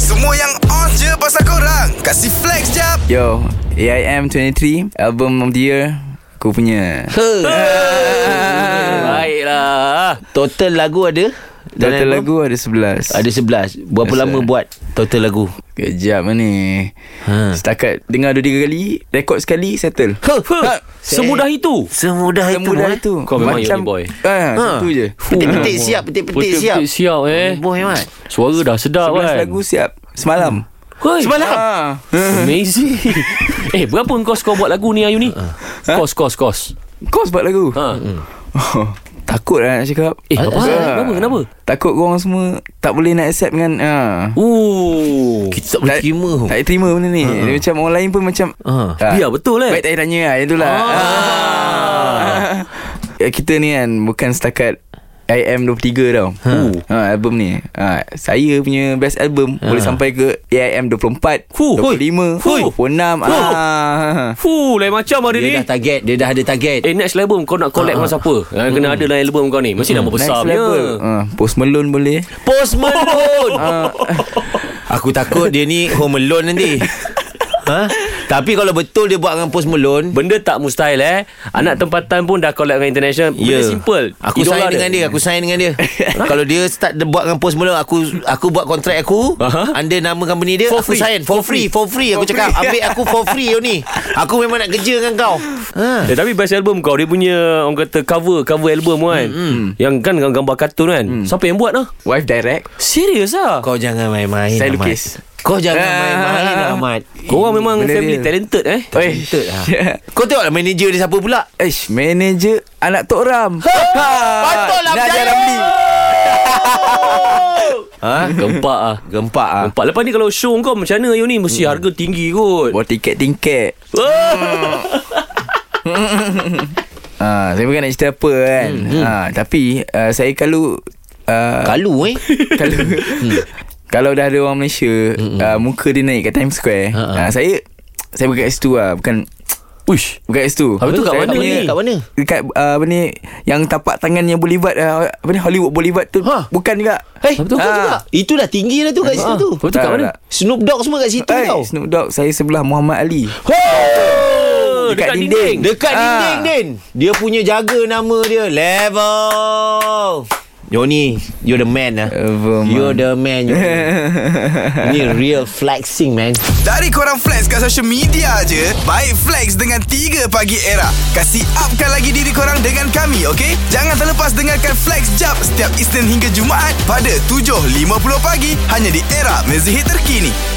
Semua yang on je pasal korang Kasih flex jap Yo, AIM 23 Album of the year Aku punya Baiklah. Total lagu ada? Dalam Total album? lagu ada 11 Ada 11 Berapa Yes, lama sir. buat total lagu? Kejap lah ni Ha. Setakat dengar 2-3 kali Rekod sekali settle Huh, Huh, semudah itu. Semudah itu Semudah eh. itu Kau memang Yoni boy. ha, ha. Satu je Petik-petik siap Petik-petik siap Oh, Petik siap eh. Boy Mat Suara dah 11 sedap kan. lagu siap Semalam Hoi. Semalam ha. Amazing. eh, berapa kau skor buat lagu ni Ayu ni? Ah. Kos kos kos. Kau sebab lagu ha. Ha. oh, Takut lah nak cakap Eh, apa? Ha. Kenapa? Kenapa? Takut korang semua Tak boleh nak accept dengan ha. Oh. Kita tak boleh terima Tak boleh terima benda ni Dia Macam orang lain pun macam Ha. ha. Biar betul eh. Baik tak payah tanya lah Yang tu lah Ah. ah. Eh, Kita ni kan Bukan setakat AIM23 tau ha. ha. Album ni ha. Saya punya best album Boleh sampai ke AIM24 Fuh, hui. 25 Fuh. 26 ah. Fuh, lain macam ada Dia ni. dah Ah, target Dia dah ada target Eh next album kau nak collab dengan siapa? Ha, Hmm. Kena ada dalam album kau ni. Mesti nama Next besar level punya. ha. Post Malone boleh Post Malone. Ha. Aku takut dia ni Home alone nanti Ha? Tapi kalau betul dia buat dengan Post Malone Benda tak mustahil eh. Anak tempatan pun dah collab dengan international. Benda Ya. simple. Aku Idola sign dengan dia Aku sign dengan dia Kalau dia start dia buat dengan Post Malone Aku aku buat kontrak aku Aha. Under nama company dia For Aku free. sign For free For free aku cakap Ambil aku for free you ni Aku memang nak kerja dengan kau ha. Eh, tapi best album kau Dia punya Orang kata cover Cover album kan Yang kan gambar kartun kan Siapa yang buat lah Wife direct Serius lah Kau jangan main-main Saya Ahmad. lukis. Kau jangan Ah. main-main Ahmad Korang memang Benda family dia. talented eh Eish. Betul lah Kau tengok lah manager dia siapa pula Eish Manager Anak Tok Ram ha. patutlah Nadia berjaya. Ramli ha? Gempak ah Gempak ah. Gempak Lepas ni kalau show kau Macam mana you ni Mesti harga tinggi kot Buat tiket-tiket Ah, saya bukan nak cerita apa kan. Hmm. Ah, tapi uh, saya kalau uh, Kalu eh kalau hmm. kalau dah ada orang Malaysia, uh, muka dia naik kat Times Square. Ha, ha. Uh, saya saya bukan kat situ lah, bukan Uish bukan kat situ. Habis tu kat Saya mana punya- ni? Kat mana? Dekat uh, apa ni yang tapak tangannya Boulevard uh, apa ni Hollywood Boulevard tu Ha. bukan juga. Eh, Apa tu? kau Ah. juga. Itu dah tinggi dah tu kat situ tu. Lepas tu kat Tak, mana tak. Snoop Dogg semua kat situ Hey, tau. Snoop Dogg saya sebelah Muhammad Ali. Oh, Dekat Dekat dinding. dinding Dekat Ah. dinding Din. Dia punya jaga nama dia. Level. Yoni, you're the man lah. Level, man. You're the man. Yoni. Ni real flexing man. Dari korang flex kat social media je Baik flex dengan 3 pagi era Kasih upkan lagi diri korang dengan kami okay? Jangan terlepas dengarkan flex jap Setiap Isnin hingga Jumaat Pada 7.50 pagi Hanya di era mezihit terkini